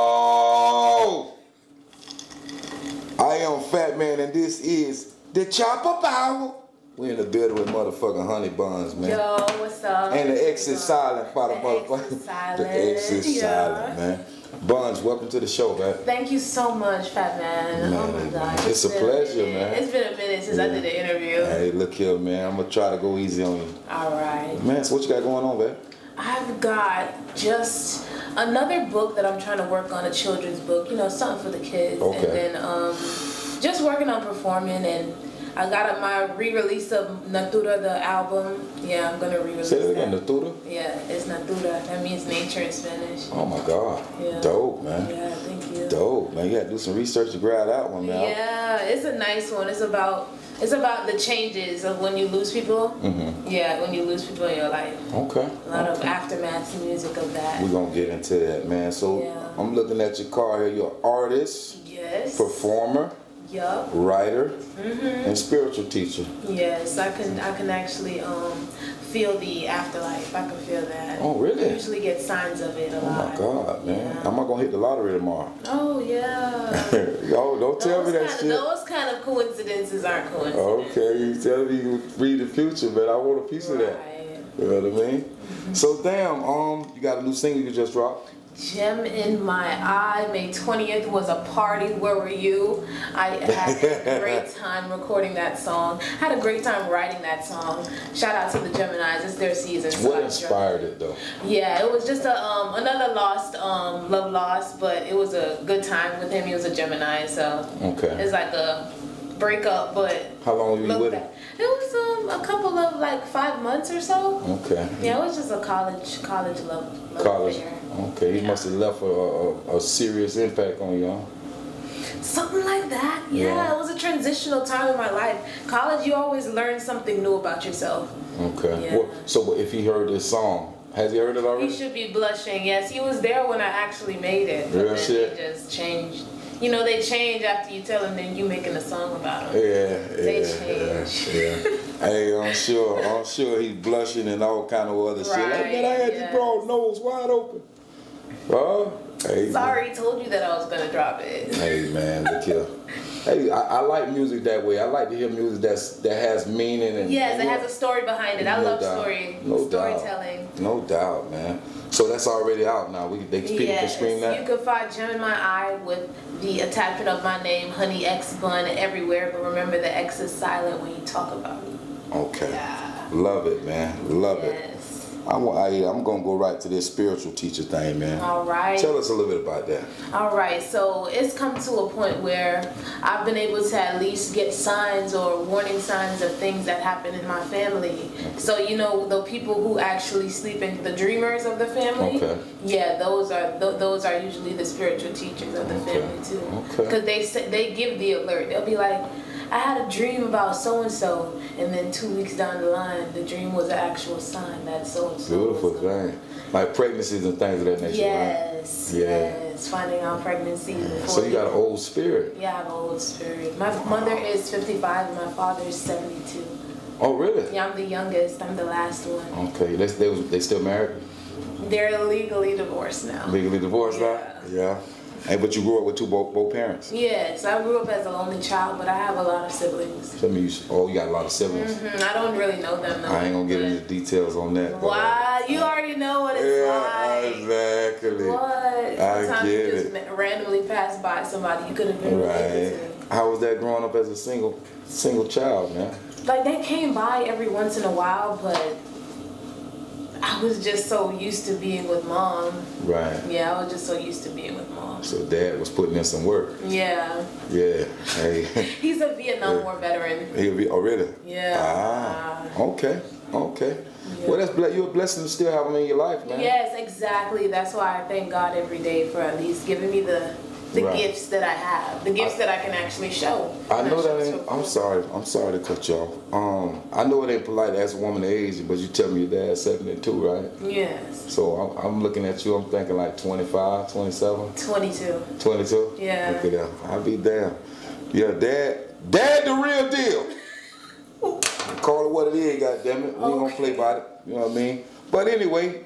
Yo! I am Fat Man, and this is the Chopper Power. We in the building with motherfucking honey buns, man. Yo, what's up? And the X is silent, by the The X is motherfucker. silent. The X is Yeah. silent, man. Buns, welcome to the show, man. Thank you so much, Fat Man. oh Man, my God. it's a been pleasure, minute. man. It's been a minute since I did an interview. Hey, look here, man. I'm gonna try to go easy on you, All right. man. So what you got going on, man? I've got just another book that I'm trying to work on, a children's book, you know, something for the kids. Okay. And then um, just working on performing and I got up my re-release of Natura the album. Yeah, I'm gonna re-release Say that again, that. Natura. Yeah, it's Natura. That means nature in Spanish. Oh my God, Yeah. dope, man. Yeah, thank you. Dope, man. You gotta do some research to grab that one, man. Yeah, it's a nice one. It's about it's about the changes of when you lose people. Yeah, when you lose people in your life. Mm-hmm. Okay. A lot of aftermath music of that. We're gonna get into that, man. So Yeah. I'm looking at your car here. You're an artist, Yes. performer, Yup. writer, Mm-hmm. and spiritual teacher. Yes, I can. I can actually um, feel the afterlife. I can feel that. Oh, really? I usually get signs of it a Oh lot. my God, man. Yeah. Am I gonna hit the lottery tomorrow? Oh yeah. Yo, don't tell me Those that kind of- shit. Those kind of coincidences aren't coincidences. Okay, you tell me you read the future, man. I want a piece of that. Right. Mm-hmm. You know what I mean? So damn, um, you got a new single you just dropped. Gem in my eye. May 20th was a party. Where were you? I had a great time recording that song. Had a great time writing that song. Shout out to the Geminis. It's their season. so What I- inspired it though? Yeah, it was just a um, another lost um, love lost, but it was a good time with him. He was a Gemini, so Okay. it's like a breakup, but How long were you look with back. it? It was um, a couple of like five months or so. Okay. Yeah, it was just a college college love, love College. affair. Okay, he must have left a, a, a serious impact on you. huh? Something like that. Yeah, Yeah. it was a transitional time in my life. College, you always learn something new about yourself. Okay. Yeah. Well, so if he heard this song, has he heard it He already? should be blushing. Yes, he was there when I actually made it. but Real then shit. They just changed. You know, they change after you tell them, then you making a song about them. Yeah, They yeah, change. yeah, yeah. hey, I'm sure, I'm sure he's blushing and all kind of other shit. Like, Right, man, I had yeah. this broad nose wide open. Oh, hey, Sorry, told you that I was gonna drop it. Hey man, look here. Hey, I, I like music that way. I like to hear music that's that has meaning and Yes, it has a story behind it. I No love doubt. story No doubt. storytelling. no doubt, man. So that's already out now. We they people can Yes, scream that. you can find Gem in My Eye with the attachment of my name, Honey X Bun, everywhere. But remember, the X is silent when you talk about me. okay, Yeah. love it, man. Love it. Yes. I'm I, I'm gonna go right to this spiritual teacher thing, man. All right. Tell us a little bit about that. All right. So it's come to a point where I've been able to at least get signs or warning signs of things that happen in my family. So you know the people who actually sleep in the dreamers of the family. Okay. Yeah, those are th- those are usually the spiritual teachers of the Okay. family too. Okay. Because they say, they give the alert. They'll be like. I had a dream about so and so, and then two weeks down the line, the dream was an actual sign that so and so. Beautiful thing, like pregnancies and things of that nature. Right? Yes, Yeah. yes. Finding out pregnancy before. So you got an old spirit. Yeah, I have an old spirit. My mother is 55 and my father is 72. Oh really? Yeah, I'm the youngest. I'm the last one. Okay. They they, was, they still married. They're legally divorced now. Legally divorced, right? Yeah. Hey, but you grew up with two both, both parents. Yes, I grew up as an only child, but I have a lot of siblings. Tell me, you, oh, you got a lot of siblings. Mm, I don't really know them though. I ain't gonna get into details on that. but- uh, Why? You already know what it's Yeah, like. exactly. What? I Sometimes get you just it. ma- randomly pass by somebody you could have been Right. related to. How was that growing up as a single single child, man? like they came by every once in a while, but I was just so used to being with mom. Right. Yeah, I was just so used to being with mom. So dad was putting in some work. Yeah, Yeah. Hey. he's a Vietnam War veteran. He'll be. Oh, really? Yeah. Ah. Okay. Okay. Well, that's ble- you're a blessing to still have them in your life, man. Yes, exactly. That's why I thank God every day for at least giving me the the Right. gifts that I have, the gifts that I can actually show. I know that Not show ain't. I'm to- sorry. I'm sorry to cut you off. Um, I know it ain't polite to ask a woman to age, you, but you tell me your dad's 72, right? Yes, So I'm, I'm looking at you. I'm thinking like 25, 27, 22. 22. Yeah. Look at that. I'll be damn. Yeah, dad. Dad, the real deal. Call it what it is. God damn it. We ain't gonna Okay. play by it. You know what I mean? But anyway,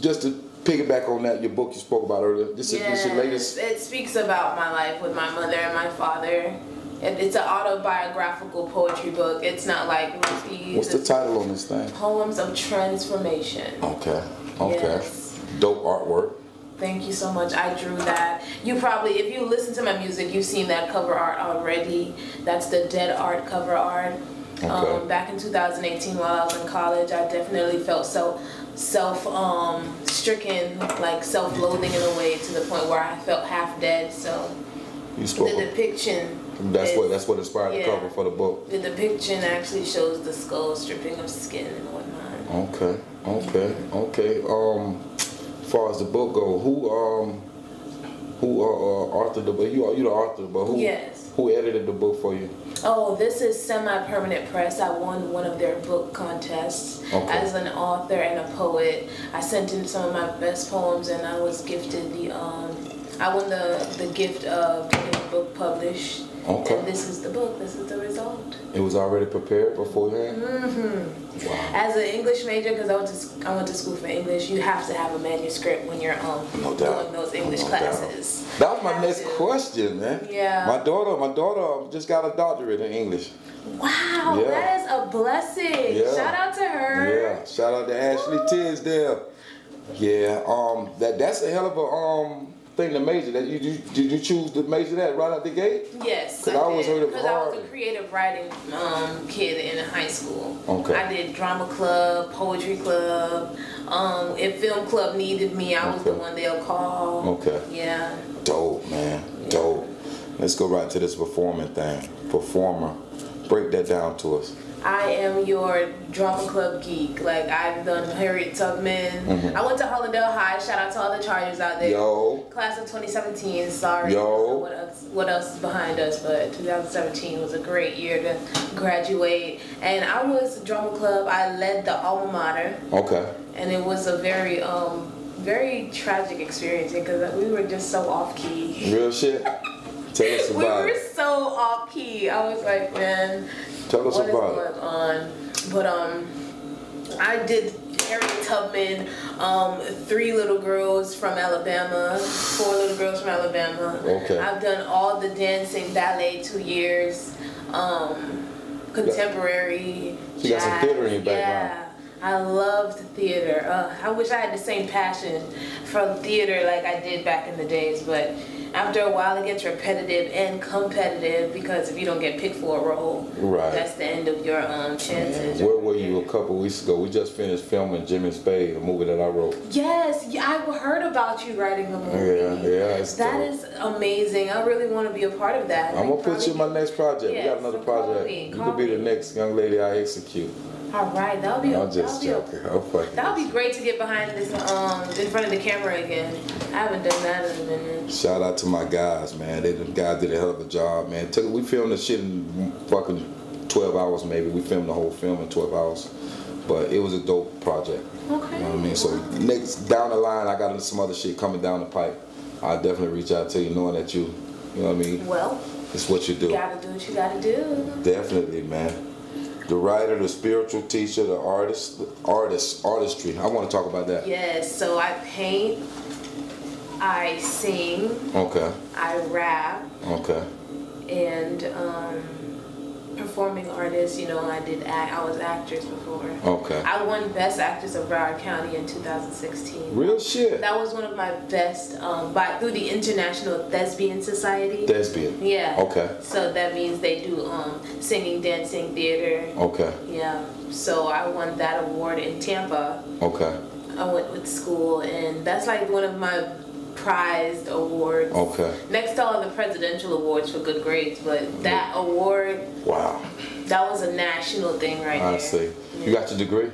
just to piggyback on that, your book you spoke about earlier. This is this Yes, your latest. It speaks about my life with my mother and my father. It, it's an autobiographical poetry book. It's not like movies. What's the title on this thing? Poems of Transformation. Okay. Okay. Yes. Dope artwork. Thank you so much. I drew that. You probably, if you listen to my music, you've seen that cover art already. That's the Dead Art cover art. Okay. Um, back in 2018, while I was in college, I definitely felt so self um, stricken, like self loathing in a way, to the point where I felt half dead. So You the spoke. depiction. that's is- what that's what inspired the yeah. cover for the book. The depiction actually shows the skull stripping of skin and whatnot. Okay, okay, okay. Um, far as the book go, who um, who uh, uh authored the book? You are you the author, but who? Yes. Who edited the book for you? Oh, this is Semi Permanent Press. I won one of their book contests Okay. as an author and a poet. I sent in some of my best poems, and I was gifted the um. I won the the gift of getting a book published. Okay. And this is the book. This is the result. It was already prepared beforehand. Mm-hmm. Wow. As an English major, because I went to sc- I went to school for English, you have to have a manuscript when you're um No doubt. doing those English No doubt. classes. That was my Have next to. question, man. Yeah. My daughter, my daughter um, just got a doctorate in English. Wow, Yeah. that is a blessing. Yeah. Shout out to her. Yeah. Shout out to Ashley Tisdale. Yeah. Um. That that's a hell of a um thing to major. That you you did you choose to major that right out the gate? Yes, 'Cause I always did, heard of 'cause I was a art. creative writing um, kid in high school. Okay. I did drama club, poetry club. Um, if film club needed me, I was the Okay. one they'll call. Okay. Yeah. Dope, man. Dope. Let's go right to this performing thing. Performer. Break that down to us. I am your drama club geek. Like I've done Harriet Tubman. I went to Hollandale High. Shout out to all the Chargers out there. Mm-hmm. Yo. Class of 2017. Sorry. Yo. I don't know What else, what else is behind us? But 2017 was a great year to graduate. And I was drama club. I led the alma mater, Okay. and it was a very um very tragic experience because we were just so off key. Real shit. Tell us We about were it. so off key. I was like, man, Tell us what is about it. going on? But um, I did Harriet Tubman, um, three little girls from Alabama, four little girls from Alabama. Okay. I've done all the dancing, ballet, two years, um, contemporary. So you got some jazz. theater in your background. Yeah. I loved theater. Uh, I wish I had the same passion for theater like I did back in the days, but after a while it gets repetitive and competitive because if you don't get picked for a role, Right. that's the end of your um, chances. Where were you a couple weeks ago? We just finished filming Jimmy Spade, a movie that I wrote. Yes, y- I heard about you writing a Yeah, movie. yeah. It's That dope. is amazing. I really want to be a part of that. I'm gonna put you in my next project. we Yeah, got another so call project. me, you call could be the me. next young lady I execute. All right, that'll be. I'm just that'll be a- joking. I'm fucking. That would be great to get behind this, um, in front of the camera again. I haven't done that in a minute. Shout out to my guys, man. They the guys did a hell of a job, man. Took, we filmed the shit in fucking twelve hours, maybe. We filmed the whole film in twelve hours, but it was a dope project. Okay. You know what I mean? So next down the line, I got some other shit coming down the pipe. I'll definitely reach out to you, knowing that you, you know what I mean. Well, It's what you do. you gotta do what you gotta do. Definitely, man. The writer, the spiritual teacher, the artist, artist, artistry. I want to talk about that. Yes, so I paint, I sing, Okay. I rap, Okay. and um, performing artist. You know, I did. Act, I was actress before. Okay. I won Best Actress of Broward County in 2016. Real shit. That was one of my best um, by through the International Thespian Society. Thespian. Yeah. Okay. So that means they do um, singing, dancing, theater. Okay. Yeah. So I won that award in Tampa. Okay. I went with school, and that's like one of my prized awards. Okay. Next to all the presidential awards for good grades, but that award, Wow. that was a national thing right I there. see. You got your degree?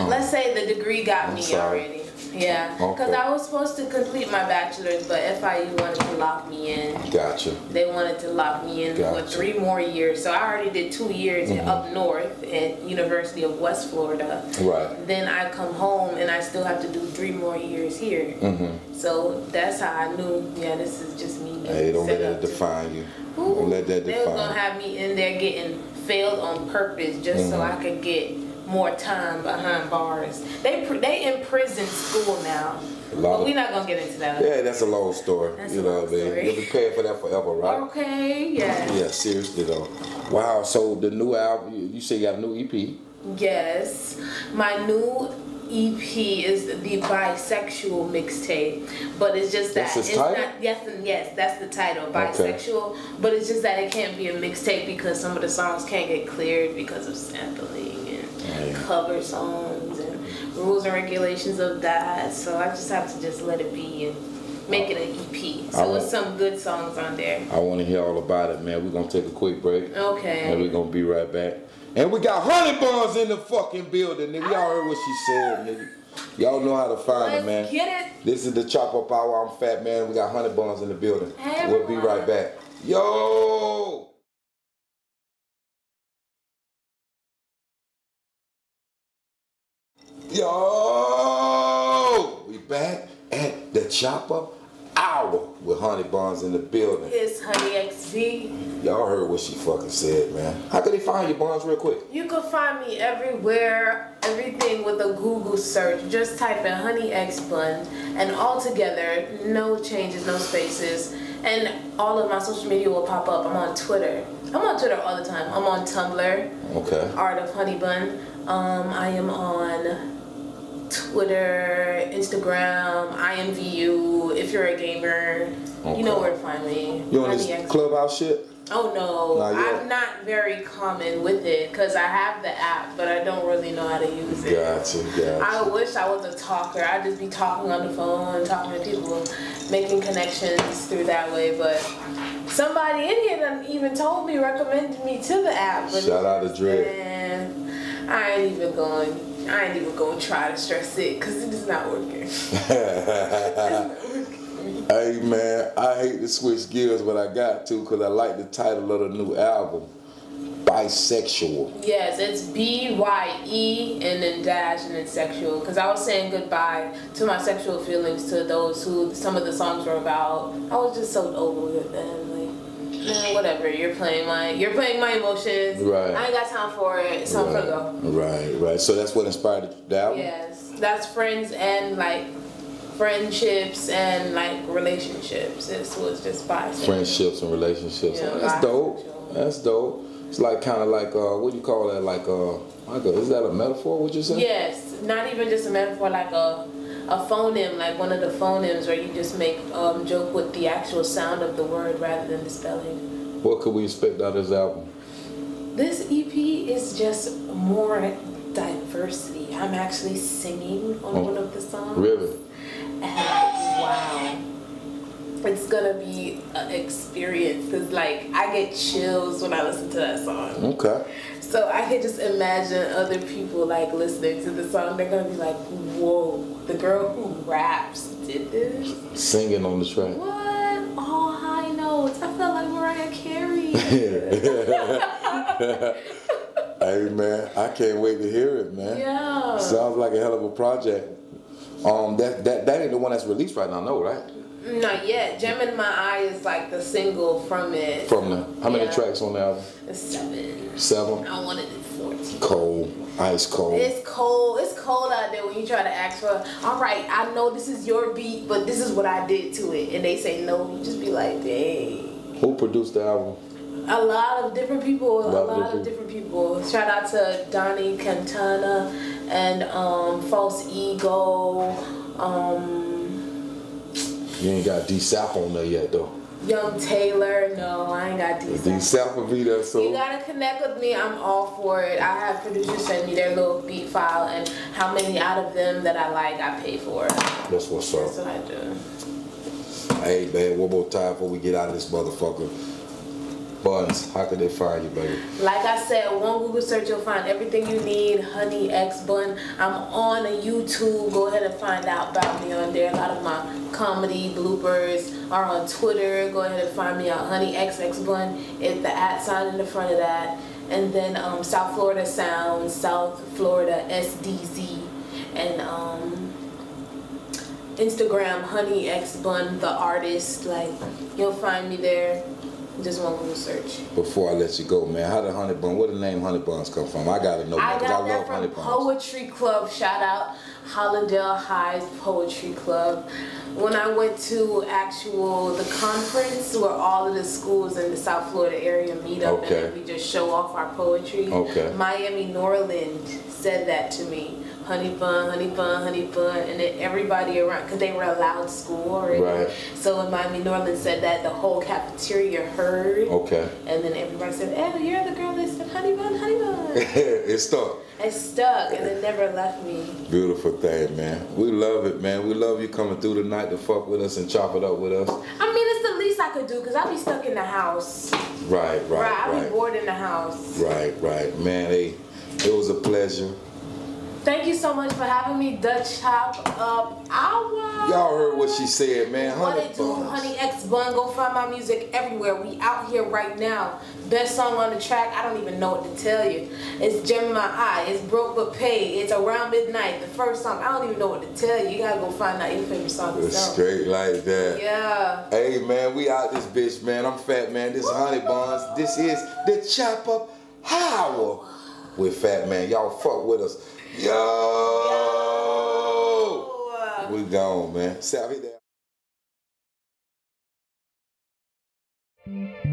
Let's say the degree got I'm me sorry. already. Yeah. Because Okay. I was supposed to complete my bachelor's, but FIU wanted to lock me in. Gotcha. They wanted to lock me in Gotcha. Mm-hmm. for three more years. So I already did two years up north at University of West Florida. Right. Then I come home and I still have to do three more years here. So that's how I knew, yeah, this is just me. getting Mm-hmm. Hey, don't let set that up to- define you. Ooh, Don't let that They was gonna define Mm-hmm. have me in there getting failed on purpose just so I could get more time behind bars. They pr- they in prison school now, but of- we're not gonna get into that. Yeah, that's a long story. That's you a know long what I mean? story. You'll be paying for that forever, right? Okay, yes, Yeah, seriously though. Wow. So the new album, you, you say you got a new E EP. yes. My new EP is the bisexual mixtape, but it's just that That's its it's title? not. Yes, and yes, that's the title, bisexual. But it's just that it can't be a mixtape because some of the songs can't get cleared because of sampling and yeah. cover songs and rules and regulations of that. So I just have to just let it be and make it an EP. So Alright. it's some good songs on there. I want to hear all about it, man. We're gonna take a quick break, and Okay. we're gonna be right back. And we got honey buns in the fucking building, nigga. Y'all heard what she said, nigga. Y'all know how to find it, man. Let's get it. This is the Chop Up Hour. I'm Fat Man. We got Honey Buns in the building. Hey, we'll be everyone. right back. Yo! Yo! We back at the Chop Up Hour with Honey Buns in the building. It's Honey XV. Y'all heard what she fucking said, man. How could they find your buns real quick? You can find me everywhere, everything with a Google search. Just type in Honey X Bun and all together, no changes, no spaces. And all of my social media will pop up. I'm on Twitter. I'm on Twitter all the time. I'm on Tumblr. Okay. Art of Honey Bun. Um, I am on Twitter, Instagram, IMVU. If you're a gamer, you know Okay. where to find me. You on Honey this X- clubhouse shit? Oh no, Not yet. I'm not very common with it because I have the app, but I don't really know how to use it. Gotcha, gotcha. I wish I was a talker. I'd just be talking on the phone, talking to people, making connections through that way. But somebody in here done even told me, recommended me to the app. but- Shout out to Dre. Man, I ain't even going. I ain't even going to try to stress it because it is not working. Hey man, I hate to switch gears, but I got to because I like the title of the new album, Bisexual. yes, it's B Y E and then dash and then sexual. Because I was saying goodbye to my sexual feelings to those who some of the songs were about. I was just so over with them. Like, man, whatever. You're playing my. You're playing my emotions. Right. I ain't got time for it. So I'm gonna go. right, right. So that's what inspired the album. Yes, that's friends and like friendships and like relationships. This was just bisexual. Friendships and relationships. Yeah, that's dope. bisexual. That's dope. It's like kind of like uh, what do you call that? Like uh, like a, is that a metaphor? Would you say? Yes, not even just a metaphor, like a a phoneme, like one of the phonemes where you just make um, joke with the actual sound of the word rather than the spelling. What could we expect out of this album? This EP is just more diversity. I'm actually singing on Oh, one of the songs. Really? And wow. It's gonna be an experience because, like, I get chills when I listen to that song. Okay. So I can just imagine other people like listening to the song. They're gonna be like, "Whoa, the girl who raps did this? Singing on the track. What? All high notes. I felt like Mariah Carey." Hey man, I can't wait to hear it, man. yeah. Sounds like a hell of a project. Um, that that that ain't the one that's released right now, no, right? Not yet. Gem in My Eye is like the single from it. From the how many Yeah. tracks on the album? It's seven. Seven. I wanted it fourteen. Cold, ice cold. It's cold. It's cold out there when you try to ask for. All right, I know this is your beat, but this is what I did to it, and they say no. You just be like, dang. Who produced the album? A lot of different people. A Lot of lot different- of different people. Shout out to Donnie Cantana and um, False Ego, um, You ain't got D South on there yet though. Young Taylor. No, I ain't got D these. South will be there You soon. gotta connect with me. I'm all for it. I have producers send me their little beat file and how many out of them that I like, I pay for. That's what's That's up. what I do. Hey man, one more time before we get out of this motherfucker. Buns, how could they find you, baby? Like I said, one Google search, you'll find everything you need. Honey X Bun. I'm on a YouTube. Go ahead and find out about me on there. A lot of my comedy bloopers are on Twitter. Go ahead and find me out. Honey X X Bun is the at sign in the front of that. And then um, South Florida Sound, South Florida SDZ, and um, Instagram Honey X Bun the artist. Like you'll find me there. Just one Google search. Before I let you go, man, how did Honey Bun, where the name Honey Buns come from? I gotta know I that, 'cause got I that love Honey from Buns. Poetry Club. Shout out Hollandale High's Poetry Club. When I went to actual the conference where all of the schools in the South Florida area meet up Okay. and we just show off our poetry. Okay. Miami Norland said that to me. Honey bun, honey bun, honey bun, and then everybody around because they were a loud school already. Right. So when Miami Norland said that, the whole cafeteria heard, Okay. and then everybody said, "Oh, you're the girl that said honey bun, honey bun." it's stuck. It stuck and it never left me. Beautiful thing, man. We love it, man. We love you coming through tonight to fuck with us and chop it up with us. I mean, it's the least I could do because I be stuck in the house. Right, right, Right, I be right. bored in the house. Right, right. Man, hey, it was a pleasure. Thank you so much for having me, Dutch Hop Up Hour. Y'all heard what she said, man. What Honey it do, Buns. Honey X Bun? Go find my music everywhere. We out here right now. Best song on the track. I don't even know what to tell you. It's Gem in My Eye. It's Broke But Paid. It's Around Midnight. The first song. I don't even know what to tell you. You gotta go find out your favorite song It's yourself. straight like that. Yeah. Hey man, we out this bitch, man. I'm Fat Man. This is Honey Buns. This is the Chop Up Hour with Fat Man. Y'all fuck with us. Yo! Oh, uh, We gone, man. Savvy there.